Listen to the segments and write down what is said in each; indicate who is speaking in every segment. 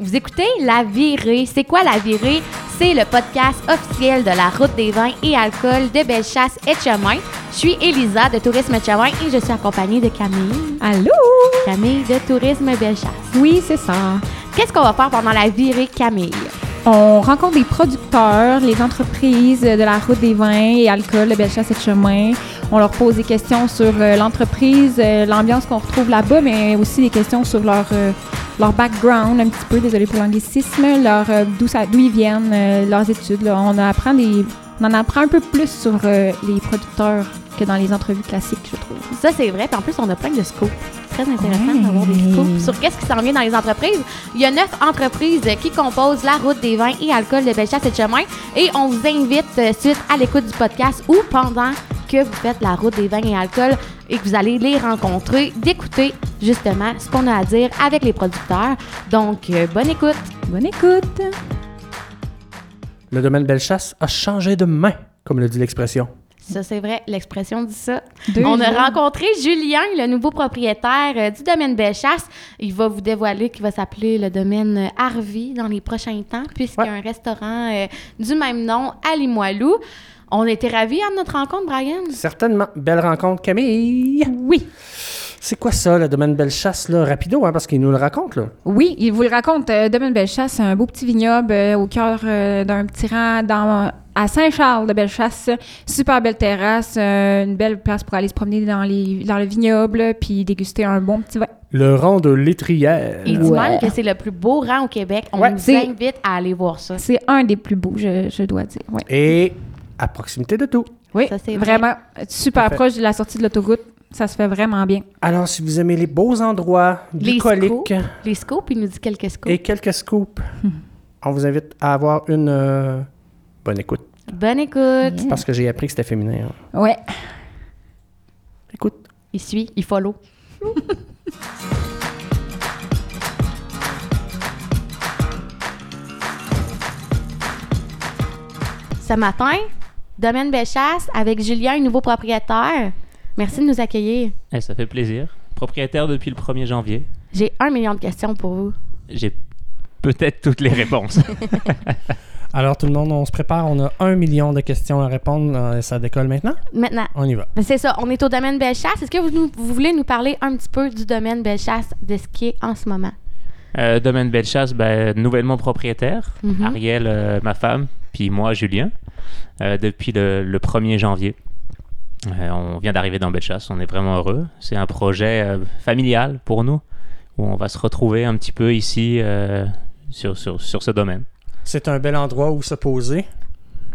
Speaker 1: Vous écoutez La Virée. C'est quoi La Virée? C'est le podcast officiel de la route des vins et alcool de Bellechasse et de Chemin. Je suis Elisa de Tourisme Chemin et je suis accompagnée de Camille.
Speaker 2: Allô?
Speaker 1: Camille de Tourisme Bellechasse.
Speaker 2: Oui, c'est ça.
Speaker 1: Qu'est-ce qu'on va faire pendant la virée, Camille?
Speaker 2: On rencontre des producteurs, les entreprises de la route des vins et alcool de Bellechasse et de Chemin. On leur pose des questions sur euh, l'entreprise, euh, l'ambiance qu'on retrouve là-bas, mais aussi des questions sur leur, euh, leur background, un petit peu, désolé pour l'anglicisme, leur, euh, d'où, ça- d'où ils viennent, euh, leurs études. là. On, apprend des, on en apprend un peu plus sur euh, les producteurs que dans les entrevues classiques, je trouve.
Speaker 1: Ça, c'est vrai. Puis en plus, on a plein de scoops. Très intéressant
Speaker 2: Ouais.
Speaker 1: d'avoir des scoops sur qu'est-ce qui s'en vient dans les entreprises. Il y a neuf entreprises euh, qui composent la route des vins et alcool de Bellechasse et de Chemin. Et on vous invite euh, suite à l'écoute du podcast ou pendant que vous faites la route des vins et alcool et que vous allez les rencontrer, d'écouter justement ce qu'on a à dire avec les producteurs. Donc, euh, bonne écoute.
Speaker 2: Bonne écoute!
Speaker 3: Le domaine Bellechasse a changé de main, comme le dit l'expression.
Speaker 1: Ça, c'est vrai, l'expression dit ça.
Speaker 2: Deux
Speaker 1: On a
Speaker 2: jours.
Speaker 1: rencontré Julien, le nouveau propriétaire euh, du domaine Bellechasse. Il va vous dévoiler qu'il va s'appeler le domaine euh, Harvey dans les prochains temps, puisqu'il y a
Speaker 3: Ouais.
Speaker 1: un restaurant euh, du même nom à Limoilou. On était ravis à notre rencontre, Brian.
Speaker 3: Certainement. Belle rencontre, Camille.
Speaker 2: Oui!
Speaker 3: C'est quoi ça, le domaine Bellechasse, là? Rapido, hein, parce qu'il nous le raconte, là.
Speaker 2: Oui, il vous le raconte. euh, Domaine Bellechasse, c'est un beau petit vignoble euh, au cœur euh, d'un petit rang dans, à Saint-Charles de Bellechasse. Super belle terrasse, euh, une belle place pour aller se promener dans, les, dans le vignoble puis déguster un bon petit vin.
Speaker 3: Le rang de l'étrière.
Speaker 1: Il dit
Speaker 2: Ouais.
Speaker 1: même que c'est le plus beau rang au Québec. On
Speaker 3: Ouais.
Speaker 1: vous
Speaker 2: C'est-
Speaker 1: invite à aller voir ça.
Speaker 2: C'est un des plus beaux, je, je dois dire. ouais.
Speaker 3: Et à proximité de tout.
Speaker 2: Oui,
Speaker 1: Ça, c'est vrai.
Speaker 2: vraiment super
Speaker 3: Parfait.
Speaker 2: proche de la sortie de l'autoroute. Ça se fait vraiment bien.
Speaker 3: Alors, si vous aimez les beaux endroits,
Speaker 1: Les
Speaker 3: bucoliques
Speaker 1: scoops, les scoops, il nous dit quelques scoops.
Speaker 3: et quelques scoops, on vous invite à avoir une euh, bonne écoute.
Speaker 1: Bonne écoute.
Speaker 3: Parce que j'ai appris que c'était féminin. hein.
Speaker 2: Ouais.
Speaker 3: Écoute.
Speaker 1: Il suit, il follow. Ce matin, Domaine Béchasse avec Julien, nouveau propriétaire. Merci de nous accueillir.
Speaker 4: Eh, ça fait plaisir. Propriétaire depuis le 1er janvier,
Speaker 1: J'ai un million de questions pour vous.
Speaker 4: j'ai peut-être toutes les réponses.
Speaker 3: Alors, tout le monde, on se prépare. On a un million de questions à répondre. Euh, Ça décolle maintenant.
Speaker 1: Maintenant,
Speaker 3: On y va.
Speaker 1: ben c'est ça, on est au Domaine Bellechasse. Est-ce que vous, nous- vous voulez nous parler un petit peu du Domaine Bellechasse, de ce qui est en ce moment?
Speaker 4: Euh, Domaine Bellechasse, ben, nouvellement propriétaire.
Speaker 1: Mhm.
Speaker 4: Ariel, euh, ma femme, puis moi, Julien, euh, depuis le, le 1er janvier. Euh, on vient d'arriver dans Bellechasse, on est vraiment heureux. C'est un projet euh, familial pour nous, où on va se retrouver un petit peu ici euh, sur, sur, sur ce domaine.
Speaker 3: C'est un bel endroit où se poser.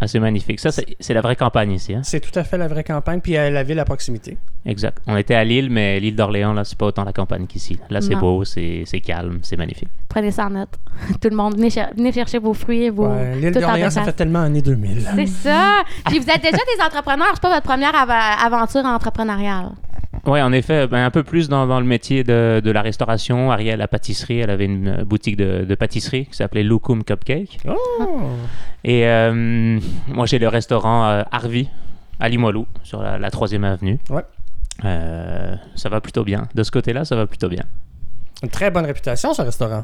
Speaker 4: Assez magnifique. Ça, c'est c'est la vraie campagne ici. hein.
Speaker 3: C'est tout à fait la vraie campagne, puis euh, la ville à proximité.
Speaker 4: Exact. On était à Lille, mais l'île d'Orléans, là, c'est pas autant la campagne qu'ici. Là, c'est
Speaker 1: Non.
Speaker 4: beau, c'est c'est calme, c'est magnifique.
Speaker 1: Prenez ça en note. Tout le monde, venez, cher- venez chercher vos fruits et vos.
Speaker 3: Ouais, L'île
Speaker 1: tout en
Speaker 3: d'Orléans, ça
Speaker 1: Bellechasse.
Speaker 3: fait tellement année 2000.
Speaker 1: C'est ça. Puis vous êtes déjà des entrepreneurs. C'est pas votre première ava- aventure entrepreneuriale.
Speaker 4: Oui, en effet, ben, un peu plus dans, dans le métier de, de la restauration. Ariel, la pâtisserie, elle avait une euh, boutique de, de pâtisserie qui s'appelait Lucum Cupcake.
Speaker 3: Oh.
Speaker 4: Et euh, moi, j'ai le restaurant euh, Harvey à Limoilou, sur la, la 3e avenue.
Speaker 3: Ouais.
Speaker 4: Euh, ça va plutôt bien. De ce côté-là, ça va plutôt bien.
Speaker 3: Une très bonne réputation, ce restaurant.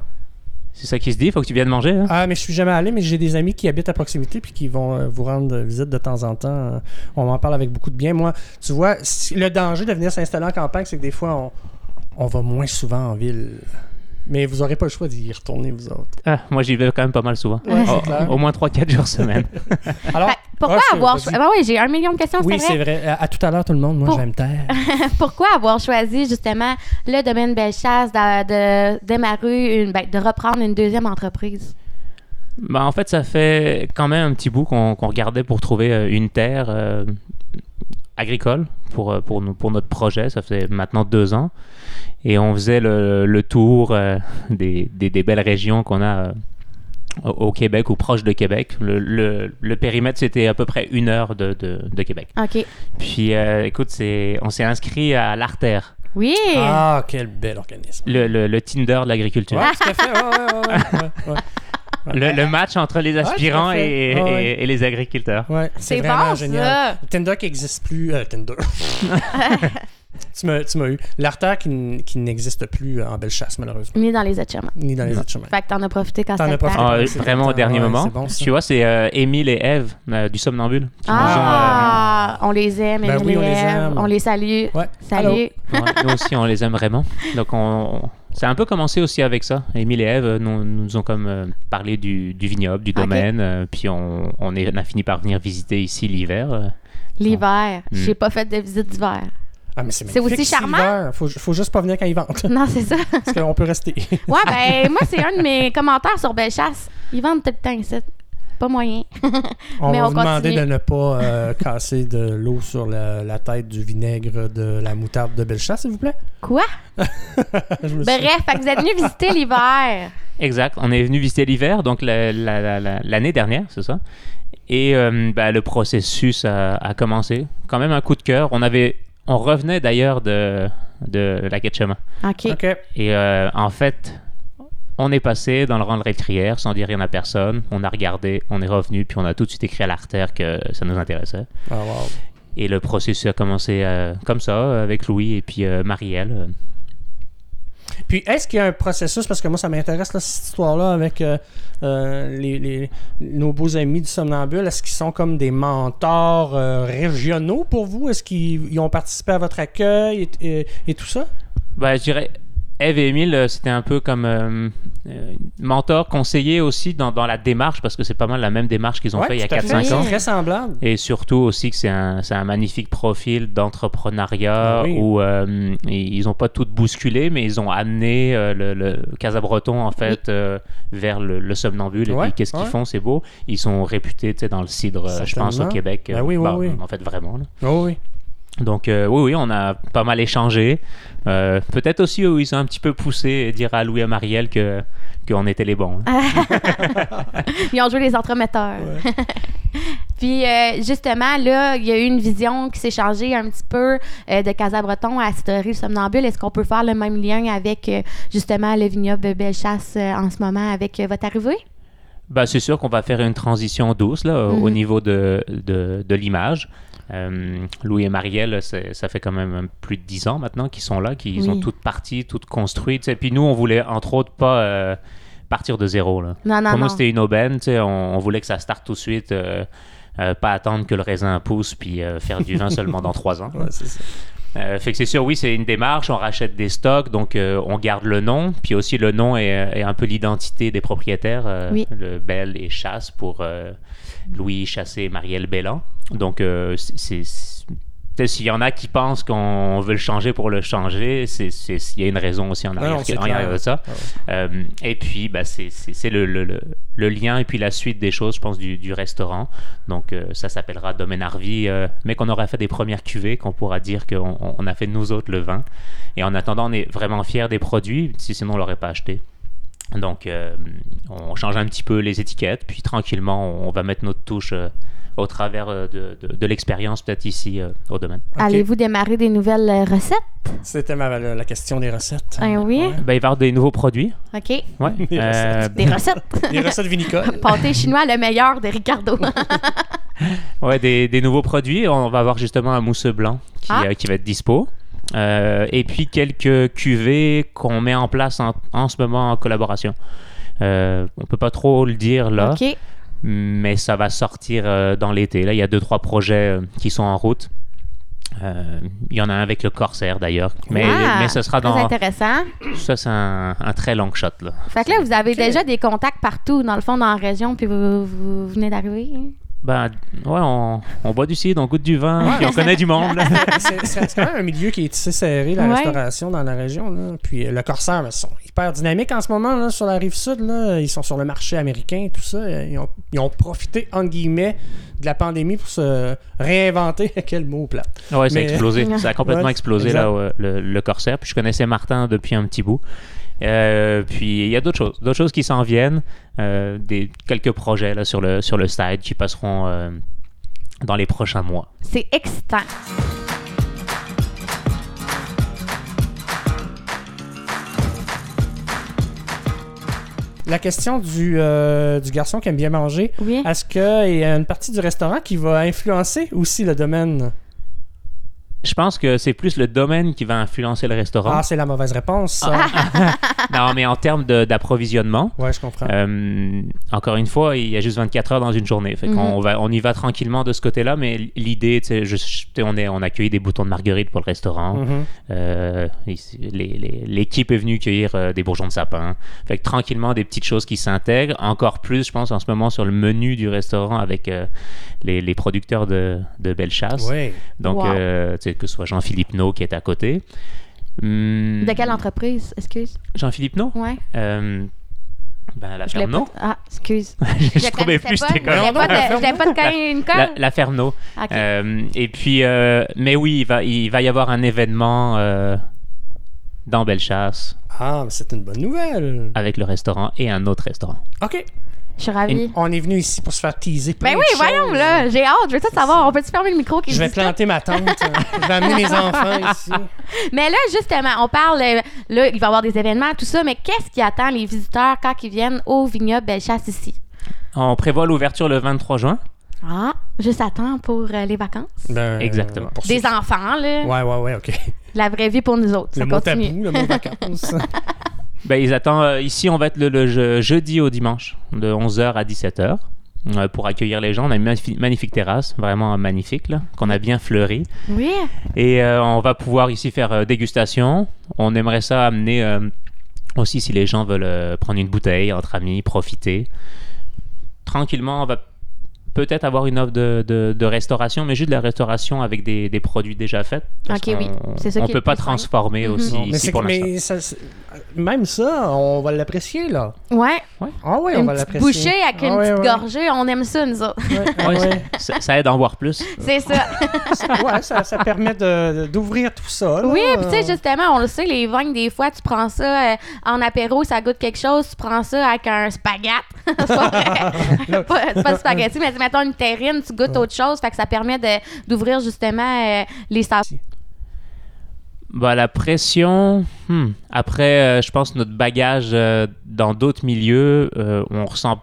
Speaker 4: C'est ça qui se dit, il faut que tu viennes manger. hein.
Speaker 3: Ah, mais je suis jamais allé, mais j'ai des amis qui habitent à proximité puis qui vont euh, vous rendre visite de temps en temps. Euh, On m'en parle avec beaucoup de bien. Moi, tu vois, si- le danger de venir s'installer en campagne, c'est que des fois, on, on va moins souvent en ville. Mais vous aurez pas le choix d'y retourner, vous autres.
Speaker 4: Ah, moi, j'y vais quand même pas mal souvent.
Speaker 3: Ouais, c'est
Speaker 4: Au-
Speaker 3: clair.
Speaker 4: au moins 3-4 jours semaine.
Speaker 3: Alors,
Speaker 1: Fait- pourquoi
Speaker 3: Ah, c'est-
Speaker 1: avoir
Speaker 3: vas-y.
Speaker 1: choisi. Ben oui, j'ai un million de questions,
Speaker 3: Oui,
Speaker 1: Bah, c'est
Speaker 3: c'est
Speaker 1: vrai.
Speaker 3: vrai. À, à tout à l'heure, tout le monde. Moi,
Speaker 1: Pour-
Speaker 3: j'aime terre.
Speaker 1: Pourquoi avoir choisi justement le domaine Bellechasse de, de démarrer une, ben, de reprendre une deuxième entreprise?
Speaker 4: Bah, en fait, ça fait quand même un petit bout qu'on qu'on regardait pour trouver euh, une terre euh, agricole pour, euh, pour, nous- pour notre projet. Ça fait maintenant deux ans. Et on faisait le, le tour euh, des, des- des belles régions qu'on a euh, au- au Québec ou proche de Québec. Le, le- le périmètre, c'était à peu près une heure de, de- de Québec.
Speaker 1: OK.
Speaker 4: Puis, euh, écoute, c'est- on s'est inscrit à l'artère,
Speaker 1: Oui.
Speaker 3: Ah, quel bel organisme.
Speaker 4: le, le- le Tinder de l'agriculture.
Speaker 1: Ah!
Speaker 3: Ouais, tout à fait. Ouais, ouais, ouais, ouais, ouais.
Speaker 4: Le, le match entre les
Speaker 3: tout à
Speaker 4: aspirants
Speaker 3: fait.
Speaker 4: et-
Speaker 3: Ouais, ouais.
Speaker 4: et- et les agriculteurs.
Speaker 3: Ouais, c'est
Speaker 1: C'est
Speaker 3: vraiment
Speaker 1: bon,
Speaker 3: génial.
Speaker 1: ça.
Speaker 3: Tinder qui n'existe plus. euh, Tinder. Tu m'as tu m'as eu. L'artère qui, n- qui n'existe plus euh, en Bellechasse, malheureusement,
Speaker 1: Ni dans les HM.
Speaker 3: ni dans les
Speaker 4: Non.
Speaker 3: autres chemins.
Speaker 1: Fait que t'en as profité quand
Speaker 3: T'en
Speaker 1: ça
Speaker 3: as
Speaker 1: te
Speaker 3: profité.
Speaker 1: tente.
Speaker 4: Ah,
Speaker 3: ouais, c'est
Speaker 4: vraiment au
Speaker 3: bon,
Speaker 4: dernier
Speaker 3: ouais,
Speaker 4: moment.
Speaker 3: c'est bon, ça.
Speaker 4: tu vois, c'est euh, Émile et Eve euh, du Somnambule. qui
Speaker 1: Ah, on les aime,
Speaker 3: Ben
Speaker 1: Emile
Speaker 3: oui, on
Speaker 1: et
Speaker 3: les
Speaker 1: Ève.
Speaker 3: aime.
Speaker 1: On les salue.
Speaker 3: Ouais.
Speaker 1: Salut.
Speaker 4: nous ont- ouais, nous aussi, on les aime vraiment. Donc, on, on- ça a un peu commencé aussi avec ça. Émile et Eve euh, nous, nous ont comme euh, parlé du, du vignoble, du
Speaker 1: Ok.
Speaker 4: domaine. euh, puis, on, on, est- on a fini par venir visiter ici l'hiver. euh.
Speaker 1: L'hiver.
Speaker 4: Mm.
Speaker 3: Hmm.
Speaker 1: J'ai pas fait de visite d'hiver.
Speaker 3: Ah, mais c'est
Speaker 1: C'est aussi
Speaker 3: magnifique,
Speaker 1: charmant.
Speaker 3: l'hiver. Faut, faut juste pas venir quand il vente.
Speaker 1: Non, c'est ça.
Speaker 3: parce qu'on peut rester.
Speaker 1: Ouais, ben, moi, c'est un de mes commentaires sur Bellechasse. Ils vendent tout le temps ici. Pas moyen.
Speaker 3: On
Speaker 1: Mais
Speaker 3: va
Speaker 1: on
Speaker 3: vous demander
Speaker 1: continue.
Speaker 3: de ne pas euh, casser de l'eau sur la, la tête du vinaigre de la moutarde de Bellechasse, s'il vous plaît.
Speaker 1: Quoi?
Speaker 3: Je me suis-
Speaker 1: Ben, Bref, fait que vous êtes venus visiter l'hiver.
Speaker 4: Exact. On est venu visiter l'hiver, donc la- la- la- la- l'année dernière, c'est ça. Et euh, bah, le processus a, a commencé. Quand même un coup de cœur. On avait, on revenait d'ailleurs de, de la Ketchama.
Speaker 1: OK.
Speaker 3: OK.
Speaker 4: Et euh, en fait, on est passé dans le rang de récrière sans dire rien à personne. On a regardé, on est revenu, puis on a tout de suite écrit à l'artère que ça nous intéressait.
Speaker 3: Ah, wow.
Speaker 4: Et le processus a commencé euh, comme ça, avec Louis et puis euh, Marielle.
Speaker 3: Puis, est-ce qu'il y a un processus, parce que moi, ça m'intéresse, là, cette histoire-là, avec euh, euh, les, les- nos beaux amis du Somnambule, est-ce qu'ils sont comme des mentors euh, régionaux pour vous? Est-ce qu'ils ils ont participé à votre accueil et, et- et tout ça?
Speaker 4: Bah, je dirais, Eve et Emile, euh, c'était un peu comme euh, euh, mentor, conseiller aussi dans, dans la démarche, parce que c'est pas mal la même démarche qu'ils ont
Speaker 3: Ouais,
Speaker 4: fait il y a
Speaker 3: tout à fait.
Speaker 4: 4-5
Speaker 3: C'est
Speaker 4: ans.
Speaker 3: très semblable.
Speaker 4: Et surtout aussi que c'est un, c'est un magnifique profil d'entrepreneuriat
Speaker 3: Ah oui.
Speaker 4: où euh, ils n'ont pas tout bousculé, mais ils ont amené euh, le, le Casa Breton en fait euh, vers le, le somnambule.
Speaker 3: Ouais,
Speaker 4: et puis qu'est-ce qu'ils
Speaker 3: ouais.
Speaker 4: font C'est beau. Ils sont réputés tu sais, dans le cidre, euh, je pense, au
Speaker 3: Certainement.
Speaker 4: Québec.
Speaker 3: Ben oui, oui, oui.
Speaker 4: En fait, vraiment. là.
Speaker 3: Oh oui.
Speaker 4: Donc euh, oui, oui, on a pas mal échangé. Euh, Peut-être aussi où ils ont un petit peu poussé et dire à Louis et à Marielle que qu'on était les bons. là.
Speaker 1: Ils ont joué les entremetteurs. Puis, euh, justement, là, il y a eu une vision qui s'est changée un petit peu euh, de Casabreton à Citerie, le Somnambule. Est-ce qu'on peut faire le même lien avec, euh, justement, le vignoble Bellechasse euh, en ce moment avec euh, votre arrivée?
Speaker 4: Bah, c'est sûr qu'on va faire une transition douce là, au- au
Speaker 1: Mhm.
Speaker 4: niveau de, de, de l'image. Euh, Louis et Marielle, c'est- ça fait quand même plus de 10 ans maintenant qu'ils sont là, qu'ils
Speaker 1: Oui.
Speaker 4: ont toutes parties, toutes construites. tu sais. Puis nous, on voulait entre autres pas euh, partir de zéro. Là.
Speaker 1: Non, non,
Speaker 4: Comme
Speaker 1: Bah non.
Speaker 4: c'était une aubaine, tu sais, on, on voulait que ça starte tout de suite, euh, euh, pas attendre que le raisin pousse puis euh, faire du vin seulement dans 3 ans.
Speaker 3: Ouais, c'est ça.
Speaker 4: Euh, fait que c'est sûr, oui, c'est une démarche, on rachète des stocks, donc euh, on garde le nom, puis aussi le nom est, est un peu l'identité des propriétaires, euh,
Speaker 1: Oui.
Speaker 4: le Bell et Chasse pour euh, Louis Chassé et Marielle Bellan. Donc, euh, c'est- c'est... c'est- peut-être S'il y en a qui pensent qu'on veut le changer pour le changer, c'est- c'est- il y a une raison aussi en
Speaker 3: Ah Non,
Speaker 4: arrière,
Speaker 3: non, c'est
Speaker 4: en arrière
Speaker 3: clair.
Speaker 4: de ça.
Speaker 3: Ah ouais.
Speaker 4: Euh, et puis, bah, c'est c'est- c'est le, le- le- le lien et puis la suite des choses, je pense, du, du restaurant. Donc, euh, ça s'appellera Domaine Harvey, euh, mais qu'on aura fait des premières cuvées, qu'on pourra dire qu'on on- on a fait nous autres le vin. Et en attendant, on est vraiment fiers des produits, si sinon on l'aurait pas acheté. Donc, euh, on change un petit peu les étiquettes, puis tranquillement, on, on va mettre notre touche euh, au travers euh, de, de- de l'expérience, peut-être ici euh, au domaine.
Speaker 3: OK.
Speaker 1: Allez-vous démarrer des nouvelles euh, recettes?
Speaker 3: C'était ma, la, la question des recettes.
Speaker 1: Ah oui.
Speaker 3: Ouais.
Speaker 4: Ben, il va y avoir des nouveaux produits.
Speaker 1: OK.
Speaker 4: Ouais.
Speaker 3: Des
Speaker 4: Euh,
Speaker 1: Des recettes.
Speaker 3: Des recettes vinicoles.
Speaker 1: Pâté chinois, le meilleur de Ricardo.
Speaker 4: Ouais, des, des nouveaux produits. On va avoir justement un mousseux blanc qui,
Speaker 1: Ah.
Speaker 4: euh, qui va être dispo. Euh, et puis quelques cuvées qu'on met en place en, en ce moment en collaboration. Euh, on peut pas trop le dire là,
Speaker 1: OK.
Speaker 4: mais ça va sortir euh, dans l'été. Là, il y a deux trois projets euh, qui sont en route. Euh, Il y en a un avec le Corsair d'ailleurs, mais,
Speaker 1: Ah,
Speaker 4: mais ce sera
Speaker 1: Très
Speaker 4: dans
Speaker 1: intéressant.
Speaker 4: ça c'est un, un très long shot là.
Speaker 1: Fait que là, vous avez déjà des contacts partout, dans le fond, dans la région, puis vous, vous venez d'arriver. hein?
Speaker 4: Ben ouais, on, on boit du cidre, on goûte du vin, puis on connaît du monde. là.
Speaker 3: c'est c'est- c'est quand même un milieu qui est tissé serré, la
Speaker 1: Ouais.
Speaker 3: restauration dans la région. là. Puis euh, le Corsair, ben, ils sont hyper dynamiques en ce moment là, sur la rive sud. là. Ils sont sur le marché américain et tout ça. Euh, Ils ont, ils ont profité, entre guillemets, de la pandémie pour se réinventer. Quel mot plat.
Speaker 4: Ouais, ça a
Speaker 3: Mais-
Speaker 4: explosé. Ça a complètement
Speaker 3: Ouais,
Speaker 4: explosé
Speaker 3: exact.
Speaker 4: là, ouais, le, le Corsair. Puis je connaissais Martin depuis un petit bout. Euh, puis il y a d'autres choses, d'autres choses qui s'en viennent, Euh, des quelques projets là sur le sur le side qui passeront euh, dans les prochains mois.
Speaker 1: C'est excitant.
Speaker 3: La question du, euh, du garçon qui aime bien manger,
Speaker 1: Oui.
Speaker 3: est-ce qu'il y a une partie du restaurant qui va influencer aussi le domaine?
Speaker 4: Je pense que c'est plus le domaine qui va influencer le restaurant.
Speaker 3: Ah, c'est la mauvaise réponse, ça.
Speaker 1: Ah.
Speaker 4: non, mais en termes de- d'approvisionnement,
Speaker 3: Ouais, je comprends.
Speaker 4: euh, encore une fois, il y a juste 24 heures dans une journée. Fait
Speaker 3: Mhm.
Speaker 4: qu'on va, on y va tranquillement de ce côté-là, mais l'idée, tu sais, je- je- tu sais, on, est- on a cueilli des boutons de marguerite pour le restaurant.
Speaker 3: Mhm.
Speaker 4: Euh, ici, les- les- L'équipe est venue cueillir euh, des bourgeons de sapin. Fait que tranquillement, des petites choses qui s'intègrent. Encore plus, je pense, en ce moment, sur le menu du restaurant avec euh, les, les producteurs de, de Bellechasse.
Speaker 3: Oui.
Speaker 4: Donc,
Speaker 1: Wow.
Speaker 4: euh, tu sais, que ce soit Jean-Philippe No qui est à côté. Hum,
Speaker 1: De quelle entreprise? Excuse.
Speaker 4: Jean-Philippe No
Speaker 1: Ouais.
Speaker 4: Euh, Ben, la
Speaker 1: Je l'ai
Speaker 4: Ferme No.
Speaker 1: pas- Ah, excuse.
Speaker 4: je, trouvais
Speaker 1: connaissais
Speaker 4: plus,
Speaker 1: pas,
Speaker 4: c'était
Speaker 1: Je l'ai
Speaker 4: comme...
Speaker 1: pas de- je l'ai pas de coller une
Speaker 4: La,
Speaker 1: colle.
Speaker 4: la Ferme No.
Speaker 1: Ok.
Speaker 4: Euh, et puis, euh, mais oui, il va, il va y avoir un événement euh, dans Bellechasse
Speaker 3: Ah, mais c'est une bonne nouvelle.
Speaker 4: avec le restaurant et un autre restaurant.
Speaker 3: OK.
Speaker 1: Je suis ravie.
Speaker 3: On est venu ici pour se faire teaser. plein
Speaker 1: Ben
Speaker 3: de
Speaker 1: oui,
Speaker 3: choses.
Speaker 1: voyons, là. J'ai hâte. Je veux tout savoir. On peut-tu fermer le micro qui
Speaker 3: Je vais
Speaker 1: dit ça?
Speaker 3: planter ma tente. hein. je vais amener mes enfants ici.
Speaker 1: Mais là, justement, on parle, euh, là, il va y avoir des événements, tout ça, mais qu'est-ce qui attend les visiteurs quand ils viennent au vignoble Bellechasse ici?
Speaker 4: On prévoit l'ouverture le 23 juin.
Speaker 1: Ah, juste à temps pour euh, les vacances.
Speaker 3: Ben,
Speaker 4: Exactement.
Speaker 3: pour
Speaker 1: Des
Speaker 3: ça-
Speaker 1: enfants, là.
Speaker 3: Ouais, ouais, ouais, OK.
Speaker 1: La vraie vie pour nous autres.
Speaker 3: Le
Speaker 1: ça
Speaker 3: mot
Speaker 1: continue.
Speaker 3: tabou, le mot vacances.
Speaker 4: Ben, ils attendent, euh, ici, on va être le, le je- jeudi au dimanche, de 11h à 17h. euh, Pour accueillir les gens, on a une magnifi- magnifique terrasse, vraiment magnifique, là, qu'on a bien fleurie.
Speaker 1: Oui.
Speaker 4: Et euh, on va pouvoir ici faire euh, dégustation. On aimerait ça amener euh, aussi si les gens veulent euh, prendre une bouteille entre amis, profiter. Tranquillement, on va peut-être avoir une offre de, de- de restauration, mais juste de la restauration avec des, des produits déjà faits. parce
Speaker 1: Ok,
Speaker 4: qu'on-
Speaker 1: oui. C'est ça
Speaker 4: On
Speaker 1: qui est
Speaker 4: peut
Speaker 1: le
Speaker 4: pas
Speaker 1: plus
Speaker 4: transformer
Speaker 1: simple. Mhm.
Speaker 4: aussi
Speaker 3: Non, mais
Speaker 4: ici
Speaker 3: c'est
Speaker 4: pour
Speaker 3: que-
Speaker 4: l'instant.
Speaker 3: mais ça- c'est- euh, même ça, on va l'apprécier, là.
Speaker 1: Ouais.
Speaker 3: Ah oui, on
Speaker 1: une
Speaker 3: va
Speaker 1: petite
Speaker 3: l'apprécier.
Speaker 1: bouchée avec
Speaker 3: Ah
Speaker 1: une
Speaker 3: ouais,
Speaker 1: petite
Speaker 3: ouais.
Speaker 1: gorgée, on aime ça, nous autres.
Speaker 3: Ouais,
Speaker 4: Ouais,
Speaker 3: ouais.
Speaker 4: ça, ça aide à en voir plus.
Speaker 1: C'est ça.
Speaker 3: Ouais, ça, ça permet de- d'ouvrir tout ça. là.
Speaker 1: Oui, puis tu sais, justement, on le sait, les vins, des fois, tu prends ça euh, en apéro, ça goûte quelque chose, tu prends ça avec un spaghette. C'est pas vrai. pas, c'est pas de spaghetti, mais mettons une terrine, tu goûtes autre chose, fait que ça permet de- d'ouvrir justement euh, les saveurs.
Speaker 4: Bah, la pression. hmm. Après, euh, je pense notre bagage euh, dans d'autres milieux, euh, on ressent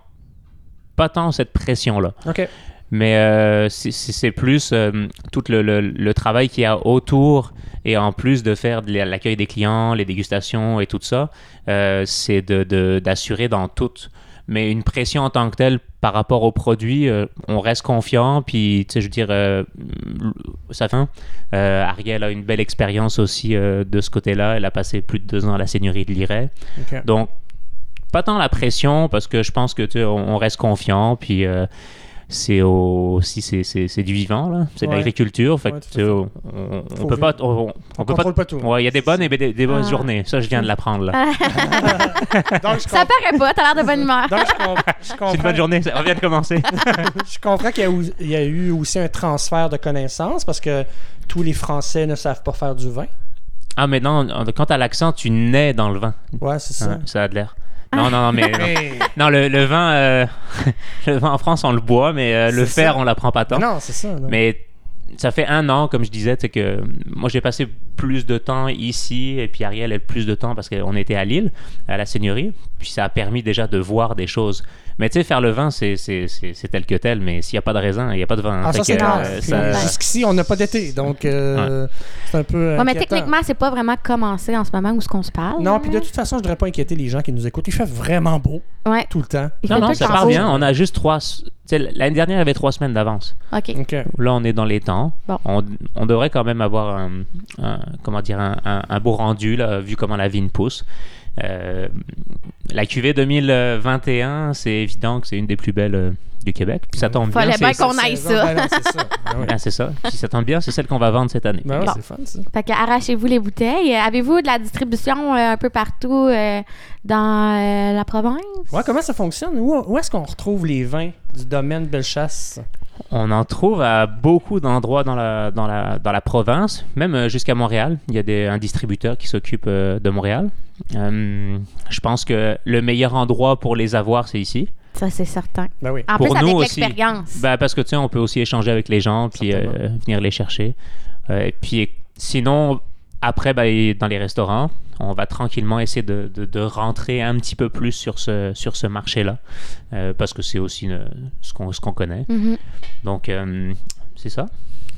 Speaker 4: pas tant cette pression-là.
Speaker 3: OK.
Speaker 4: Mais euh, c'est- c'est c'est plus euh, tout le, le- le travail qu'il y a autour et en plus de faire de l'accueil des clients, les dégustations et tout ça, euh, c'est de- de- d'assurer dans tout. Mais une pression en tant que telle par rapport au produit, euh, on reste confiant. Puis, tu sais, je veux dire, euh, ça fait. Euh, Ariel a une belle expérience aussi euh, de ce côté-là. Elle a passé plus de deux ans à la seigneurie de Liray.
Speaker 3: OK.
Speaker 4: Donc, pas tant la pression, parce que je pense que tu sais, on on reste confiant, puis euh, c'est au- aussi c'est, c'est- c'est du vivant là, c'est de
Speaker 3: Ouais.
Speaker 4: l'agriculture, fait que,
Speaker 3: Ouais, tout à
Speaker 4: tu sais,
Speaker 3: fait.
Speaker 4: on, on- on
Speaker 3: Faut
Speaker 4: peut pas,
Speaker 3: vivre.
Speaker 4: on, on
Speaker 3: On
Speaker 4: peut pas.
Speaker 3: contrôle pas tout.
Speaker 4: Ouais, il y a des bonnes et des, des bonnes
Speaker 1: Ah.
Speaker 4: journées. Ça, je viens de l'apprendre
Speaker 3: Ah,
Speaker 4: là.
Speaker 3: Donc, je
Speaker 1: Ça
Speaker 3: comprends.
Speaker 1: paraît pas, t'as l'air de bonne humeur.
Speaker 3: Donc, je comprends- je
Speaker 4: C'est une bonne
Speaker 3: comprends,
Speaker 4: journée. ça- On vient de commencer.
Speaker 3: je comprends qu'il y a eu- il y, a eu aussi un transfert de connaissances parce que tous les Français ne savent pas faire du vin.
Speaker 4: ah, mais non. en- Quant à l'accent, tu nais dans le vin.
Speaker 3: Ouais, c'est Ah. ça.
Speaker 4: Hein, ça a de l'air. Non, non, non, mais
Speaker 1: Ah.
Speaker 4: non,
Speaker 3: Mais-
Speaker 4: Non, le, le vin, euh, le vin en France, on le boit, mais euh, le
Speaker 3: C'est
Speaker 4: faire,
Speaker 3: ça.
Speaker 4: on l'apprend pas tant.
Speaker 3: non, c'est ça. non.
Speaker 4: Mais ça fait un an, comme je disais, c'est que moi j'ai passé plus de temps ici et puis Ariel a eu plus de temps parce qu'on était à Lille, à la Seigneurie. Puis ça a permis déjà de voir des choses. Mais tu sais, faire le vin, c'est c'est- c'est- c'est tel que tel, mais s'il n'y a pas de raisin, il n'y a pas de vin.
Speaker 3: Ah,
Speaker 4: Fait
Speaker 3: ça, c'est
Speaker 4: que,
Speaker 3: grave.
Speaker 4: euh,
Speaker 3: Puis
Speaker 4: ça-
Speaker 3: Jusqu'ici, on n'a pas d'été, donc euh, c'est un peu.
Speaker 1: Ouais, mais
Speaker 3: inquiétant.
Speaker 1: techniquement, c'est pas vraiment commencé en ce moment où ce qu'on se parle.
Speaker 3: Non,
Speaker 1: là.
Speaker 3: puis de toute façon, je ne devrais pas inquiéter les gens qui nous écoutent. Il fait vraiment beau
Speaker 1: Ouais.
Speaker 3: tout le temps.
Speaker 1: Il
Speaker 4: Non,
Speaker 1: fait
Speaker 4: non,
Speaker 1: tout
Speaker 4: ça
Speaker 1: le temps
Speaker 4: part
Speaker 1: beau.
Speaker 4: bien. On a juste trois. tu sais, L'année dernière, il y avait trois semaines d'avance.
Speaker 1: OK.
Speaker 3: OK.
Speaker 4: Là, on est dans les temps.
Speaker 1: Bon.
Speaker 4: On, on devrait quand même avoir un, un- comment dire, un, un- un beau rendu, là, vu comment la vigne pousse. Euh, la cuvée 2021, c'est évident que c'est une des plus belles euh, du Québec. Puis ça tombe
Speaker 1: Fallait
Speaker 4: bien.
Speaker 1: bien
Speaker 4: c'est-
Speaker 1: qu'on aille
Speaker 3: Saison,
Speaker 1: ça.
Speaker 3: ben non, c'est ça. Ben oui.
Speaker 4: Ah, c'est ça. Si ça tombe bien, c'est celle qu'on va vendre cette année.
Speaker 3: Ben ouais,
Speaker 4: Bon.
Speaker 3: c'est fun, ça.
Speaker 1: Fait que arrachez-vous les bouteilles. Euh, Avez-vous de la distribution euh, un peu partout euh, dans euh, la province?
Speaker 3: Ouais, comment ça fonctionne? Où, où est-ce qu'on retrouve les vins du domaine Bellechasse?
Speaker 4: On en trouve à beaucoup d'endroits dans la, dans, la, dans la province, même euh, jusqu'à Montréal. Il y a des, un distributeur qui s'occupe euh, de Montréal. Euh, je pense que le meilleur endroit pour les avoir, c'est ici.
Speaker 1: Ça, c'est certain.
Speaker 3: Ben oui.
Speaker 1: En
Speaker 4: Pour
Speaker 1: plus,
Speaker 4: nous
Speaker 1: avec
Speaker 4: aussi.
Speaker 1: l'expérience.
Speaker 4: Bah, parce que tu sais, on peut aussi échanger avec les gens, puis euh,
Speaker 3: Certainement.
Speaker 4: venir les chercher. Euh, et puis sinon, après, bah, et dans les restaurants, on va tranquillement essayer de, de- de rentrer un petit peu plus sur ce, sur ce marché-là, euh, parce que c'est aussi euh, ce qu'on ce qu'on connaît.
Speaker 1: Mhm.
Speaker 4: Donc, euh, c'est ça.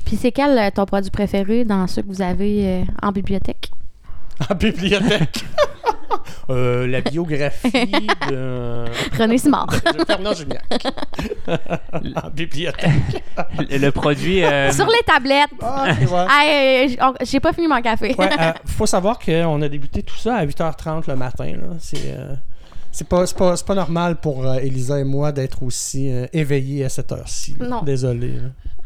Speaker 1: Puis c'est quel euh, ton produit préféré dans ceux que vous avez euh, en bibliothèque? Ah.
Speaker 3: En bibliothèque. Euh, la biographie de
Speaker 1: René Simard.
Speaker 3: de Fernand Juniac. en bibliothèque.
Speaker 4: Le, le produit. euh,
Speaker 1: Sur les tablettes.
Speaker 3: Ah, tu vois.
Speaker 1: Hey, j- on- j'ai pas fini mon café.
Speaker 3: Ouais, euh, faut savoir qu'on a débuté tout ça à 8h30 le matin. là. C'est euh, c'est pas, c'est pas, c'est pas normal pour euh, Elisa et moi d'être aussi euh, éveillés à cette heure-ci. là.
Speaker 1: Non.
Speaker 3: Désolé. là.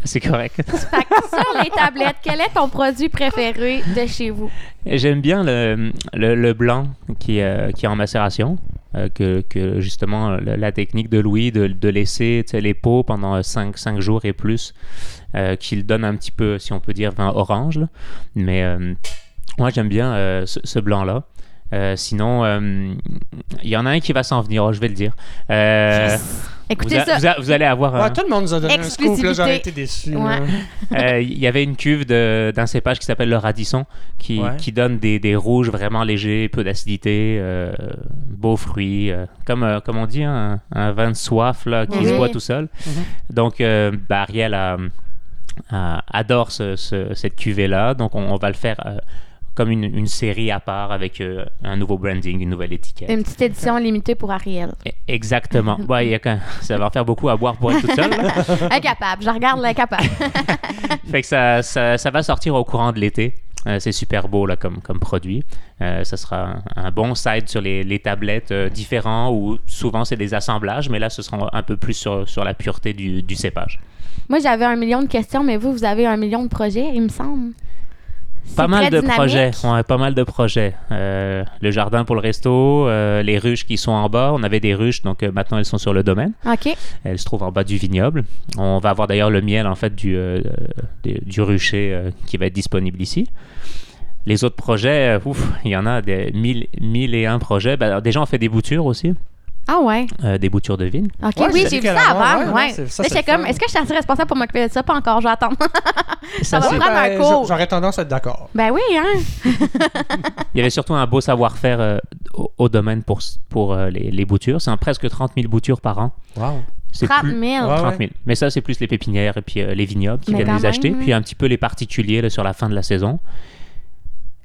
Speaker 4: C'est correct.
Speaker 1: Fait que sur les tablettes, quel est ton produit préféré de chez vous?
Speaker 4: J'aime bien le, le, le blanc qui, euh, qui est en macération, euh, que, que justement le- la technique de Louis de, de laisser tu sais, les peaux pendant 5, jours et plus, euh, qui le donne un petit peu, si on peut dire, vin orange. là. Mais euh, moi j'aime bien euh, ce, ce blanc-là. Euh, sinon, euh, il y en a un qui va s'en venir, oh, je vais le dire. Euh, vous,
Speaker 1: Écoutez
Speaker 4: a-
Speaker 1: ça.
Speaker 4: vous a- vous allez avoir.
Speaker 3: Ouais,
Speaker 4: un-
Speaker 3: tout le monde nous a donné un scoop, là,
Speaker 1: Exclusivité.
Speaker 3: j'aurais été déçu. là.
Speaker 1: Ouais.
Speaker 4: Euh, Il y avait une cuve de- d'un cépage qui s'appelle le radisson, qui,
Speaker 3: Ouais.
Speaker 4: qui donne des, des rouges vraiment légers, peu d'acidité, euh, beaux fruits, euh, comme, euh, comme on dit, un, un vin de soif là, qui se
Speaker 1: Oui.
Speaker 4: boit tout seul. Donc, euh, bah, Ariel a- a- adore ce- ce- cette cuvée-là, donc on, on va le faire euh, comme une, une série à part avec euh, un nouveau branding, une nouvelle étiquette.
Speaker 1: Une petite édition limitée pour Ariel.
Speaker 4: E- Exactement. Ouais, il y a quand- ça va en faire beaucoup à boire pour être toute seule. là.
Speaker 1: Incapable. Je regarde l'incapable.
Speaker 4: Fait que ça, ça, ça va sortir au courant de l'été. Euh, c'est super beau là, comme, comme produit. Euh, ça sera un, un bon side sur les, les tablettes euh, différents où souvent c'est des assemblages, mais là ce sera un peu plus sur, sur la pureté du, du cépage.
Speaker 1: Moi, j'avais un million de questions, mais vous, vous avez un million de projets, il me semble.
Speaker 4: Pas mal,
Speaker 1: très
Speaker 4: de
Speaker 1: dynamique.
Speaker 4: projets, ouais, pas mal de projets. Euh, Le jardin pour le resto, euh, les ruches qui sont en bas. On avait des ruches, donc euh, maintenant elles sont sur le domaine.
Speaker 1: OK.
Speaker 4: Elle se trouve en bas du vignoble. On va avoir d'ailleurs le miel en fait du, euh, des- du rucher euh, qui va être disponible ici. Les autres projets, euh, ouf, il y en a des mille, mille et un projets. Ben, alors, déjà, on fait des boutures aussi,
Speaker 1: Ah ouais.
Speaker 4: euh, des boutures de vigne.
Speaker 1: OK,
Speaker 3: Ouais,
Speaker 1: oui,
Speaker 3: j'ai
Speaker 1: j'ai
Speaker 3: vu
Speaker 1: vu
Speaker 3: qu'elle
Speaker 1: ça
Speaker 3: avait-
Speaker 1: avant.
Speaker 3: ouais,
Speaker 1: Ouais.
Speaker 3: non, c'est- ça,
Speaker 1: Là,
Speaker 3: c'est
Speaker 1: j'étais
Speaker 3: le
Speaker 1: comme,
Speaker 3: fun.
Speaker 1: est-ce que je suis assez responsable pour m'occuper de ça? Pas encore, j'attends. ça va
Speaker 3: c'est-
Speaker 1: prendre un
Speaker 3: ben,
Speaker 1: cours.
Speaker 3: J'aurais tendance à être d'accord.
Speaker 1: Ben oui, hein?
Speaker 4: Il y avait surtout un beau savoir-faire euh, au, au domaine pour, pour euh, les, les boutures. C'est un presque 30 000 boutures par an.
Speaker 3: Wow.
Speaker 4: C'est
Speaker 1: 30
Speaker 4: plus-
Speaker 1: 000.
Speaker 3: Ouais.
Speaker 4: 30 000. Mais ça, c'est plus les pépinières et puis euh, les vignobles qui
Speaker 1: Mais
Speaker 4: viennent
Speaker 1: quand
Speaker 4: les acheter,
Speaker 1: même,
Speaker 4: puis un petit peu les particuliers là, sur la fin de la saison.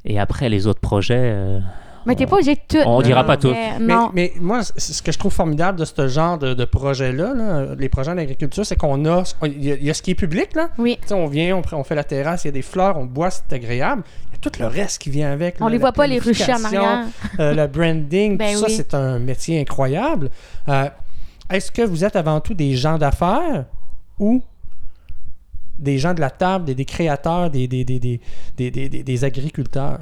Speaker 4: Et après, les autres projets, euh,
Speaker 1: Mais t'es pas obligé de tout.
Speaker 4: on
Speaker 1: là.
Speaker 4: dira
Speaker 3: non,
Speaker 4: pas tout.
Speaker 1: Mais
Speaker 3: Mais,
Speaker 1: non.
Speaker 3: mais moi, c- ce que je trouve formidable de ce genre de, de projet-là, là, les projets en agriculture, c'est qu'on a. Il y, a- il y a ce qui est public, là.
Speaker 1: Oui.
Speaker 3: Tu sais, on vient, on, pr- on fait la terrasse, il y a des fleurs, on boit, c'est agréable. Il y a tout le reste qui vient avec.
Speaker 1: On
Speaker 3: là,
Speaker 1: les
Speaker 3: la
Speaker 1: voit pas, les ruchers en
Speaker 3: planification,
Speaker 1: arrière.
Speaker 3: euh, le branding,
Speaker 1: Ben
Speaker 3: tout ça,
Speaker 1: oui.
Speaker 3: c'est un métier incroyable. Euh, Est-ce que vous êtes avant tout des gens d'affaires ou des gens de la table, des, des créateurs, des, des, des, des, des, des- des- des agriculteurs?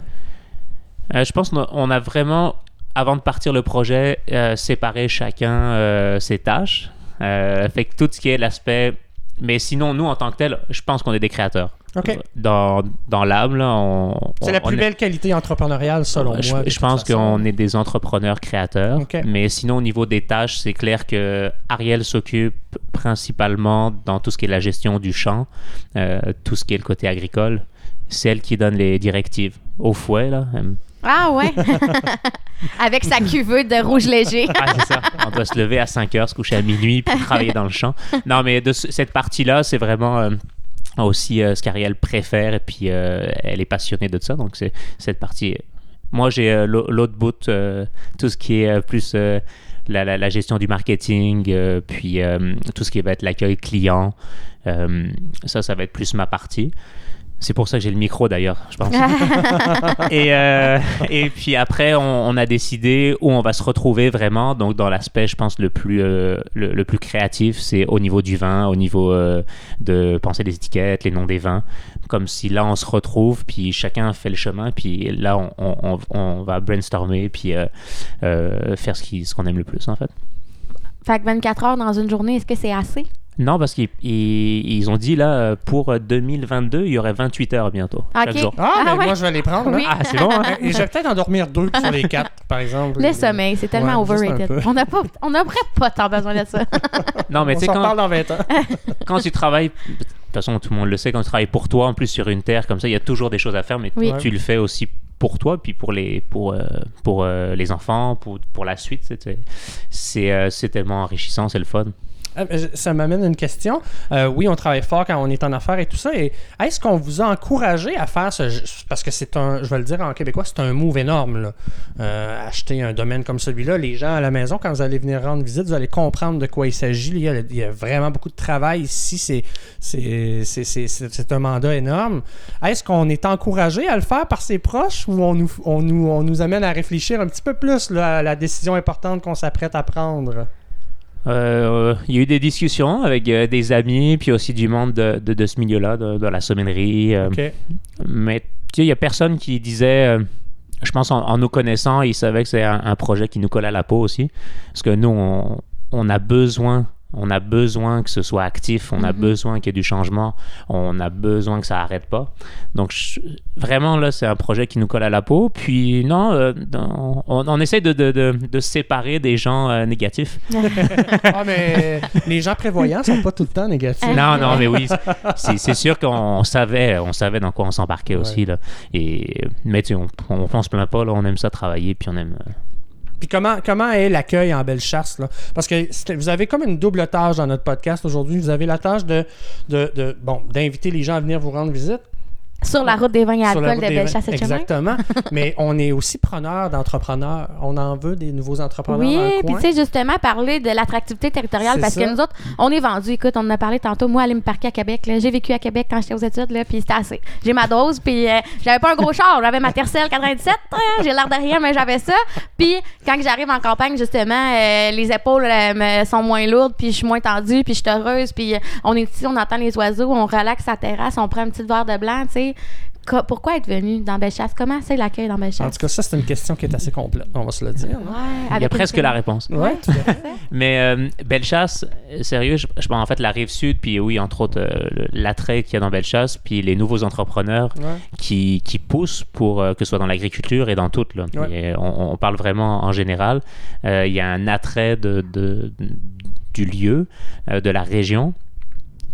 Speaker 4: Euh, je pense qu'on a- on a vraiment, avant de partir le projet, euh, séparé chacun euh, ses tâches. Euh, fait que tout ce qui est l'aspect. Mais sinon, nous, en tant que tel, je pense qu'on est des créateurs.
Speaker 3: OK.
Speaker 4: Dans, dans l'âme, là, on.
Speaker 3: C'est
Speaker 4: on-
Speaker 3: la
Speaker 4: on
Speaker 3: plus
Speaker 4: est-
Speaker 3: belle qualité entrepreneuriale, selon
Speaker 4: je,
Speaker 3: moi. de
Speaker 4: je
Speaker 3: toute
Speaker 4: pense
Speaker 3: façon.
Speaker 4: qu'on est des entrepreneurs créateurs.
Speaker 3: Ok.
Speaker 4: Mais sinon, au niveau des tâches, c'est clair que Ariel s'occupe principalement dans tout ce qui est la gestion du champ, euh, tout ce qui est le côté agricole. Celle qui donne les directives au fouet, là. euh,
Speaker 1: Ah ouais. Avec sa cuvée de rouge léger.
Speaker 4: Ah, c'est ça. On doit se lever à 5 heures, se coucher à minuit, puis travailler dans le champ. Non, mais de ce- cette partie-là, c'est vraiment euh, aussi euh, ce qu'Ariel préfère, et puis euh, elle est passionnée de ça. Donc, c'est cette partie. Moi, j'ai euh, l'au- l'autre bout, euh, tout ce qui est euh, plus euh, la, la- la gestion du marketing, euh, puis euh, tout ce qui va être l'accueil client. Euh, ça, ça va être plus ma partie. C'est pour ça que j'ai le micro d'ailleurs, je pense. et, euh, et puis après, on, on a décidé où on va se retrouver vraiment. Donc dans l'aspect, je pense, le plus, euh, le, le plus créatif, c'est au niveau du vin, au niveau euh, de penser des étiquettes, les noms des vins. Comme si là, on se retrouve, puis chacun fait le chemin, puis là, on, on- on- on va brainstormer, puis euh, euh, faire ce qui- ce qu'on aime le plus en fait.
Speaker 1: Fait que 24 heures dans une journée, est-ce que c'est assez?
Speaker 4: Non, parce qu'ils ils- ils ont dit là, euh, pour 2022, il y aurait 28 heures bientôt. chaque
Speaker 1: Ok.
Speaker 4: jour.
Speaker 3: Ah,
Speaker 1: Ah,
Speaker 3: ben
Speaker 1: ouais.
Speaker 3: moi, je vais les prendre. là.
Speaker 1: Oui.
Speaker 4: Ah, c'est bon, hein?
Speaker 3: Et je vais peut-être en dormir deux sur les quatre, par exemple.
Speaker 1: Le sommeil, c'est tellement
Speaker 3: Ouais, juste un
Speaker 1: overrated.
Speaker 3: peu.
Speaker 1: On n'a pas, on n'aurait pas tant besoin de ça.
Speaker 4: Non, mais
Speaker 3: On
Speaker 4: tu sais,
Speaker 3: s'en
Speaker 4: quand,
Speaker 3: parle dans 20 ans.
Speaker 4: quand tu travailles, de toute façon, tout le monde le sait, quand tu travailles pour toi, en plus sur une terre comme ça, il y a toujours des choses à faire, mais
Speaker 1: Oui.
Speaker 4: tu le fais aussi pour toi, puis pour les, pour, euh, pour, euh, les enfants, pour, pour la suite. tu sais, tu sais. C'est euh, c'est tellement enrichissant, c'est le fun.
Speaker 3: Ah, je- Ça m'amène à une question. Euh, oui, on travaille fort quand on est en affaires et tout ça. Et est-ce qu'on vous a encouragé à faire ce parce que c'est un, je vais le dire en québécois, c'est un move énorme. là. Euh, acheter un domaine comme celui-là, les gens à la maison, quand vous allez venir rendre visite, vous allez comprendre de quoi il s'agit. Il y a, il y a vraiment beaucoup de travail ici. C'est c'est- c'est- c'est- c'est- c'est un mandat énorme. Est-ce qu'on est encouragé à le faire par ses proches ou on nous, on nous, on nous amène à réfléchir un petit peu plus là, à la décision importante qu'on s'apprête à prendre?
Speaker 4: Euh, il y a eu des discussions avec euh, des amis, puis aussi du monde de, de- de ce milieu-là, de, de la sommellerie. euh,
Speaker 3: OK.
Speaker 4: Mais tu sais, il n'y a personne qui disait, euh, je pense en, en nous connaissant, ils savaient que c'est un, un projet qui nous colle à la peau aussi. Parce que nous, on, on a besoin. On a besoin que ce soit actif, on a
Speaker 1: Mhm.
Speaker 4: besoin qu'il y ait du changement, on a besoin que ça arrête pas. Donc je- vraiment là, c'est un projet qui nous colle à la peau. Puis non, euh, on, on- on essaie de, de- de- de se séparer des gens euh, négatifs.
Speaker 3: Ah, mais les gens prévoyants sont pas tout le temps négatifs.
Speaker 1: Ah.
Speaker 4: Non, non, mais oui, c'est c'est sûr qu'on savait, on savait dans quoi on s'embarquait aussi là. Et mais tu sais, on, on, on se plaint pas là, on aime ça travailler puis on aime. euh,
Speaker 1: Ah.
Speaker 3: Puis comment, comment est l'accueil en Bellechasse? Là? Parce que c'était- vous avez comme une double tâche dans notre podcast aujourd'hui. Vous avez la tâche de, de, de- bon, d'inviter les gens à venir vous rendre visite.
Speaker 1: Sur la route des vins et
Speaker 3: sur
Speaker 1: alcool de
Speaker 3: la route des vins.
Speaker 1: Bellechasse et Chemin.
Speaker 3: Exactement. mais on est aussi preneur d'entrepreneurs. On en veut des nouveaux entrepreneurs
Speaker 1: Oui,
Speaker 3: dans le
Speaker 1: puis
Speaker 3: coin.
Speaker 1: tu sais, justement, parler de l'attractivité territoriale,
Speaker 3: C'est
Speaker 1: parce
Speaker 3: ça.
Speaker 1: que nous autres, on est vendus. Écoute, on en a parlé tantôt. Moi, aller me parquer à Québec, là, j'ai vécu à Québec quand j'étais aux études, là, puis c'était assez. J'ai ma dose, puis euh, j'avais pas un gros char. J'avais ma Tercel 97, hein, j'ai l'air de rien, mais j'avais ça. Puis quand que j'arrive en campagne, justement, euh, les épaules euh, me- sont moins lourdes, puis je suis moins tendue, puis je suis heureuse, puis euh, on est ici, on entend les oiseaux, on relaxe sa terrasse, on prend un petit verre de blanc, tu sais. Co- Pourquoi être venu dans Bellechasse? Comment c'est l'accueil dans
Speaker 3: En
Speaker 1: Bellechasse?
Speaker 3: tout cas, ça, c'est une question qui est assez complète, on va se le dire.
Speaker 1: Ouais,
Speaker 3: non?
Speaker 4: Il y a
Speaker 1: avec une
Speaker 4: presque
Speaker 1: fille.
Speaker 4: la réponse.
Speaker 3: Ouais, tout à fait.
Speaker 4: Mais euh, Bellechasse, euh, sérieux, je, je pense en fait la rive sud, puis oui, entre autres, euh, le- l'attrait qu'il y a dans Bellechasse, puis les nouveaux entrepreneurs
Speaker 3: Ouais.
Speaker 4: qui, qui poussent pour euh, que ce soit dans l'agriculture et dans tout. Là.
Speaker 3: Ouais.
Speaker 4: Et on, on parle vraiment en général. Euh, Il y a un attrait de, de- du lieu, euh, de la région.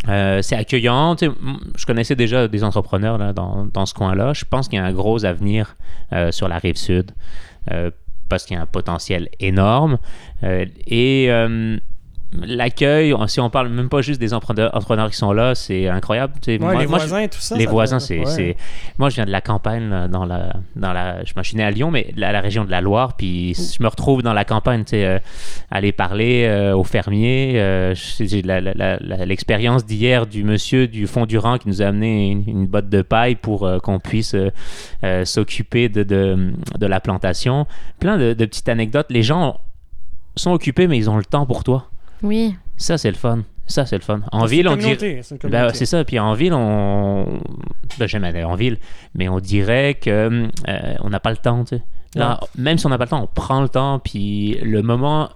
Speaker 4: Euh, c'est accueillant. Tu sais, m- Je connaissais déjà des entrepreneurs là, dans, dans ce coin-là. Je pense qu'il y a un gros avenir euh, sur la rive sud euh, parce qu'il y a un potentiel énorme. Euh, et euh, l'accueil, on- si on parle même pas juste des entrepreneurs, entrepreneurs qui sont là, c'est incroyable. Tu sais,
Speaker 3: Ouais, les
Speaker 4: moi, moi, je-
Speaker 3: voisins et tout ça.
Speaker 4: les
Speaker 3: ça
Speaker 4: voisins,
Speaker 3: doit-
Speaker 4: c'est,
Speaker 3: ouais.
Speaker 4: c'est- Moi, je viens de la campagne, là, dans la... Dans la... Je, moi, je suis né à Lyon, mais la, la région de la Loire, puis je me retrouve dans la campagne, tu sais, euh, aller parler euh, aux fermiers. euh, je- j'ai la- la- la- la- l'expérience d'hier du monsieur du fond du rang qui nous a amené une, une botte de paille pour euh, qu'on puisse euh, euh, s'occuper de, de, de la plantation. Plein de, de petites anecdotes. Les gens sont occupés, mais ils ont le temps pour toi.
Speaker 1: Oui.
Speaker 4: Ça, c'est le fun. Ça, c'est le fun. En
Speaker 3: C'est une
Speaker 4: ville, on dit...
Speaker 3: communauté, C'est une
Speaker 4: Ben,
Speaker 3: communauté.
Speaker 4: c'est ça. Puis en ville, on. Ben, J'aime aller en ville, mais on dirait que hum, euh, on n'a pas le temps. tu sais. Là, même si on n'a pas le temps, on prend le temps. Puis le moment,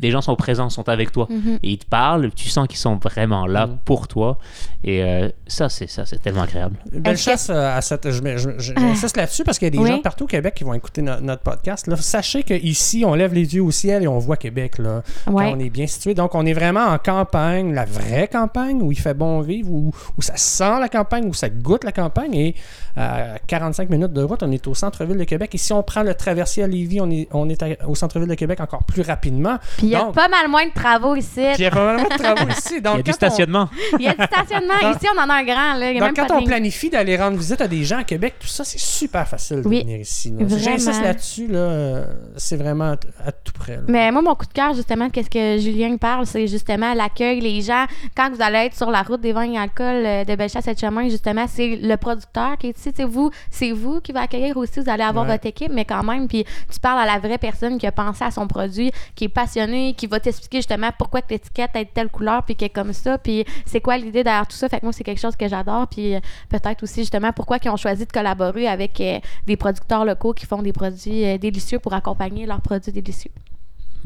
Speaker 4: les gens sont présents, sont avec toi.
Speaker 1: Mhm.
Speaker 4: Et ils te parlent, tu sens qu'ils sont vraiment là
Speaker 3: Mhm.
Speaker 4: pour toi. Et euh, ça, c'est ça, c'est tellement agréable.
Speaker 3: Bellechasse, euh, à cette, je, mets- je- je- j'insiste là-dessus parce qu'il y a des
Speaker 1: Ah. Oui.
Speaker 3: gens partout au Québec qui vont écouter no- notre podcast. Là, sachez qu'ici, on lève les yeux au ciel et on voit Québec. Là,
Speaker 1: Ouais.
Speaker 3: Quand On est bien situé. Donc, on est vraiment en campagne, la vraie campagne, où il fait bon vivre, où, où ça sent la campagne, où ça goûte la campagne. Et à 45 minutes de route, on est au centre-ville de Québec. Et si on prend le traversier à Lévis, on est, on est à- au centre-ville de Québec encore plus rapidement.
Speaker 1: Puis il y a
Speaker 3: Donc-
Speaker 1: pas mal moins de travaux ici.
Speaker 3: Puis il y a probablement de travaux ici. Donc,
Speaker 4: Il y a du
Speaker 3: quand on-
Speaker 4: stationnement.
Speaker 1: Il y a du stationnement. ici, on en a un grand. Là. Il y a
Speaker 3: Donc,
Speaker 1: même
Speaker 3: quand
Speaker 1: pas de
Speaker 3: on
Speaker 1: ligne.
Speaker 3: planifie d'aller rendre visite à des gens à Québec, tout ça, c'est super facile de
Speaker 1: Oui,
Speaker 3: venir ici. là.
Speaker 1: vraiment.
Speaker 3: J'insiste là-dessus, là, euh, c'est vraiment à t- à tout près. là.
Speaker 1: Mais moi, mon coup de cœur, justement, qu'est-ce que Julien parle, c'est justement l'accueil, les gens. Quand vous allez être sur la route des vins et alcool euh, de Bellechasse et Chemin, justement, c'est le producteur qui est ici. C'est vous, c'est vous qui va accueillir aussi. Vous allez avoir
Speaker 3: Ouais.
Speaker 1: votre équipe, mais quand même, puis tu parles à la vraie personne qui a pensé à son produit, qui est passionnée, qui va t'expliquer justement pourquoi que l'étiquette est de telle couleur, puis qui est comme ça, puis c'est quoi l'idée derrière tout ça. Fait que moi, c'est quelque chose que j'adore. Puis euh, peut-être aussi, justement, pourquoi ils ont choisi de collaborer avec euh, des producteurs locaux qui font des produits euh, délicieux pour accompagner leurs produits délicieux.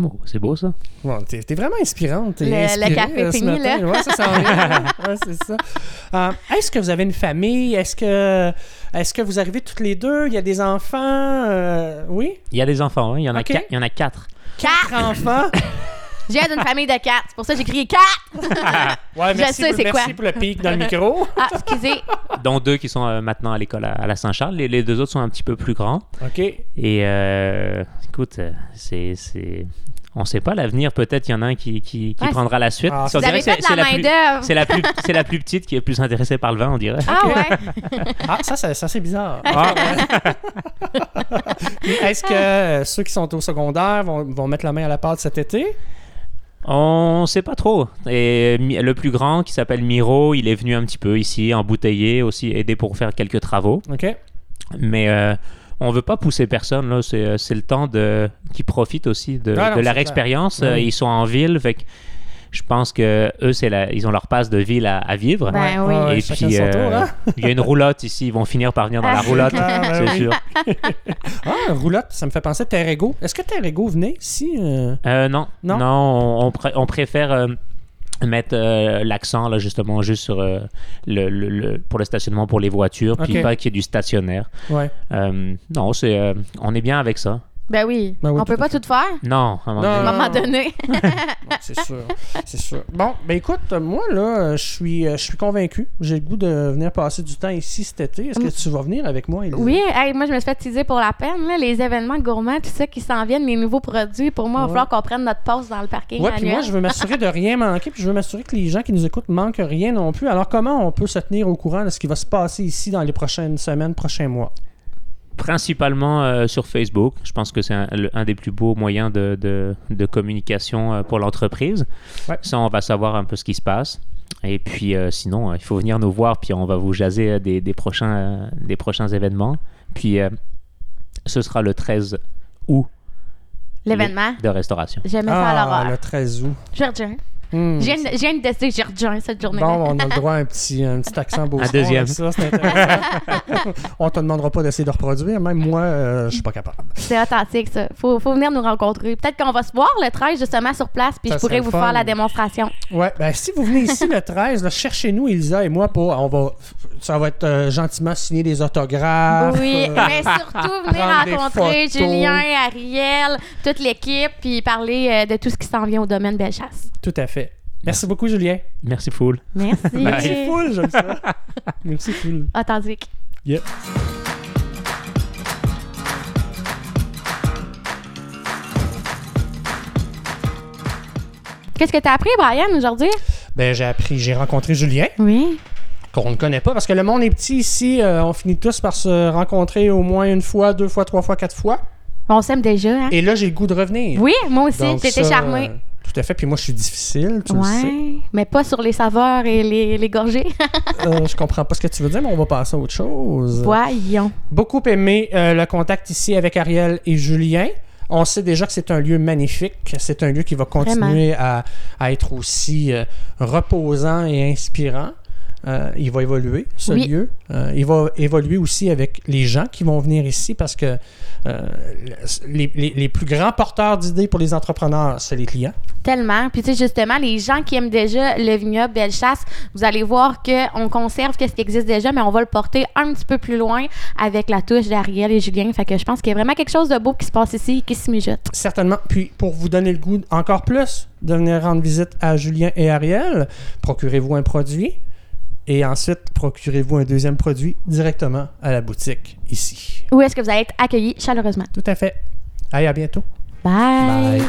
Speaker 4: Oh, c'est beau ça.
Speaker 3: Bon, t'es, t'es vraiment inspirante. T'es
Speaker 1: Le- le
Speaker 3: inspirée,
Speaker 1: café
Speaker 3: euh, ce
Speaker 1: fini,
Speaker 3: matin.
Speaker 1: là.
Speaker 3: Ouais, ça s'en vient. Ouais, c'est ça. Euh, est-ce que vous avez une famille? Est-ce que, est-ce que vous arrivez toutes les deux? Il y a des enfants? Euh, oui?
Speaker 4: Il y a des enfants, hein. il, y en a
Speaker 3: Ok.
Speaker 4: quatre, il y en a quatre.
Speaker 1: Quatre!
Speaker 3: Quatre enfants?
Speaker 1: J'ai d'une famille de quatre. C'est pour ça que j'ai crié quatre.
Speaker 3: Ouais,
Speaker 1: Je
Speaker 3: merci,
Speaker 1: sais,
Speaker 3: pour,
Speaker 1: c'est
Speaker 3: merci
Speaker 1: quoi.
Speaker 3: pour le pic dans le micro.
Speaker 1: Ah, excusez.
Speaker 4: Dont deux qui sont euh, maintenant à l'école à, à la Saint-Charles. Les- les deux autres sont un petit peu plus grands.
Speaker 3: OK.
Speaker 4: Et euh, écoute, euh, c'est, c'est... on ne sait pas l'avenir. Peut-être il y en a un qui, qui, qui
Speaker 1: Ouais,
Speaker 4: prendra la suite.
Speaker 3: Ah,
Speaker 4: Ça, on
Speaker 1: Vous
Speaker 4: dirait
Speaker 1: avez
Speaker 4: que c'est
Speaker 1: fait de
Speaker 4: c'est
Speaker 1: la
Speaker 4: la, plus,
Speaker 1: main-d'œuvre.
Speaker 4: c'est la plus- c'est la plus petite qui est plus intéressée par le vent, on dirait.
Speaker 1: Ah ouais?
Speaker 3: Ah, ça, ça, ça, c'est bizarre.
Speaker 4: Ah,
Speaker 3: Puis Est-ce que euh, ceux qui sont au secondaire vont, vont mettre la main à la pâte cet été?
Speaker 4: On sait pas trop. Et Mi- le plus grand, qui s'appelle Miro, il est venu un petit peu ici, embouteillé, aussi aidé pour faire quelques travaux.
Speaker 3: OK.
Speaker 4: Mais euh, on veut pas pousser personne. Là. C'est, euh, c'est le temps de... qu'ils profitent aussi de,
Speaker 3: Ah non,
Speaker 4: de
Speaker 3: c'est
Speaker 4: leur
Speaker 3: clair.
Speaker 4: expérience. Euh,
Speaker 3: Oui.
Speaker 4: Ils sont en ville, fait que je pense que eux, c'est la... ils ont leur passe de ville à, à vivre.
Speaker 1: Ben oui.
Speaker 3: Ouais,
Speaker 4: Et
Speaker 3: chacun
Speaker 4: puis,
Speaker 3: son tour,
Speaker 4: euh,
Speaker 3: hein?
Speaker 4: il y a une roulotte ici. Ils vont finir par venir dans la
Speaker 1: Ah.
Speaker 4: roulotte,
Speaker 3: Ah, ben
Speaker 4: c'est
Speaker 3: oui.
Speaker 4: sûr.
Speaker 3: Ah, roulotte, ça me fait penser à Terrego. Est-ce que Terrego venait ici? euh?
Speaker 4: Euh, non.
Speaker 3: Non?
Speaker 4: Non, on, on pré- on préfère euh, mettre euh, l'accent, là, justement, juste sur euh, le, le- le- pour le stationnement pour les voitures, puis
Speaker 3: Ok.
Speaker 4: pas qu'il y ait du stationnaire.
Speaker 3: Ouais.
Speaker 4: Euh, non, c'est, euh, on est bien avec ça.
Speaker 1: Ben oui.
Speaker 3: Ben
Speaker 1: On
Speaker 3: oui, tout
Speaker 1: peut pas
Speaker 3: à
Speaker 1: tout faire.
Speaker 4: Non, à un moment
Speaker 3: Non,
Speaker 1: À
Speaker 4: donné.
Speaker 1: un moment donné.
Speaker 3: Ouais, C'est sûr. C'est sûr. Bon, ben écoute, euh, moi, là, euh, je suis, euh, je suis convaincu. J'ai le goût de venir passer du temps ici cet été. Est-ce que tu vas venir avec moi, Élise?
Speaker 1: Mm. Oui, hey, moi, je me suis fait teaser pour la peine. là, les événements gourmands, tout ça qui s'en viennent, les nouveaux produits. Pour moi, il
Speaker 3: Ouais.
Speaker 1: va falloir qu'on prenne notre pause dans le parking
Speaker 3: Ouais, puis
Speaker 1: annuel.
Speaker 3: moi, je veux m'assurer de rien manquer, puis je veux m'assurer que les gens qui nous écoutent manquent rien non plus. Alors, comment on peut se tenir au courant de ce qui va se passer ici dans les prochaines semaines, prochains mois?
Speaker 4: Principalement euh, sur Facebook. Je pense que c'est un, le- un des plus beaux moyens de, de- de communication euh, pour l'entreprise.
Speaker 3: Ouais.
Speaker 4: Ça, on va savoir un peu ce qui se passe. Et puis, euh, sinon, euh, il faut venir nous voir, puis on va vous jaser euh, des, des prochains, euh, des prochains événements. Puis, euh, ce sera le 13 août
Speaker 1: L'événement.
Speaker 4: de restauration.
Speaker 1: J'aimais ça à
Speaker 3: ah, le
Speaker 1: l'horreur.
Speaker 3: 13 août.
Speaker 1: Je rejoins.
Speaker 3: Hmm.
Speaker 1: Je viens de- je viens de tester, je rejoins cette journée.
Speaker 3: Bon, on a le droit à un petit, un petit accent beau
Speaker 4: Un
Speaker 3: son
Speaker 4: deuxième.
Speaker 3: avec Ça, c'est intéressant. on te demandera pas d'essayer de reproduire. Même moi, euh, je suis pas capable.
Speaker 1: C'est authentique, ça. Faut, faut venir nous rencontrer. Peut-être qu'on va se voir le 13 justement sur place, puis
Speaker 3: Ça
Speaker 1: je pourrais
Speaker 3: serait
Speaker 1: vous
Speaker 3: le fun.
Speaker 1: faire la démonstration.
Speaker 3: Ouais, ben si vous venez ici le 13, là, cherchez-nous, Elisa et moi, pour. On va, ça va être euh, gentiment signer des autographes.
Speaker 1: Oui,
Speaker 3: euh,
Speaker 1: mais surtout venir
Speaker 3: prendre des
Speaker 1: rencontrer
Speaker 3: photos.
Speaker 1: Julien, Ariel, toute l'équipe, puis parler euh, de tout ce qui s'en vient au domaine Bellechasse.
Speaker 3: Tout à fait. Merci beaucoup, Julien.
Speaker 4: Merci, Foul.
Speaker 1: Merci.
Speaker 3: Merci, full, j'aime ça. Merci, full.
Speaker 1: Authentique.
Speaker 3: Yep.
Speaker 1: Qu'est-ce que t'as appris, Brian, aujourd'hui?
Speaker 3: Ben, j'ai appris, j'ai rencontré Julien,
Speaker 1: Oui.
Speaker 3: qu'on ne connaît pas, parce que le monde est petit ici. euh, on finit tous par se rencontrer au moins une fois, deux fois, trois fois, quatre fois.
Speaker 1: On s'aime déjà, hein?
Speaker 3: Et là, j'ai le goût de revenir.
Speaker 1: Oui, moi aussi,
Speaker 3: Donc
Speaker 1: j'étais
Speaker 3: ça,
Speaker 1: charmée.
Speaker 3: euh, Tout à fait. Puis moi, je suis difficile, tu le sais.
Speaker 1: ouais, mais pas sur les saveurs et les, les gorgées.
Speaker 3: Euh, je comprends pas ce que tu veux dire, mais on va passer à autre chose.
Speaker 1: Voyons.
Speaker 3: Beaucoup aimé euh, le contact ici avec Ariel et Julien. On sait déjà que c'est un lieu magnifique. que C'est un lieu qui va continuer à, à être aussi euh, reposant et inspirant. Euh, il va évoluer, ce
Speaker 1: Oui.
Speaker 3: lieu. Euh, il va évoluer aussi avec les gens qui vont venir ici parce que euh, les, les- les plus grands porteurs d'idées pour les entrepreneurs, c'est les clients.
Speaker 1: Tellement. Puis, tu sais, justement, les gens qui aiment déjà le vignoble Bellechasse, vous allez voir qu'on conserve ce qui existe déjà, mais on va le porter un petit peu plus loin avec la touche d'Ariel et Julien. Fait que je pense qu'il y a vraiment quelque chose de beau qui se passe ici et qui se mijote.
Speaker 3: Certainement. Puis, pour vous donner le goût encore plus de venir rendre visite à Julien et Ariel, procurez-vous un produit et ensuite procurez-vous un deuxième produit directement à la boutique ici.
Speaker 1: Où est-ce que vous allez être accueillis chaleureusement?
Speaker 3: Tout à fait. Allez, à bientôt.
Speaker 1: Bye!
Speaker 3: Bye.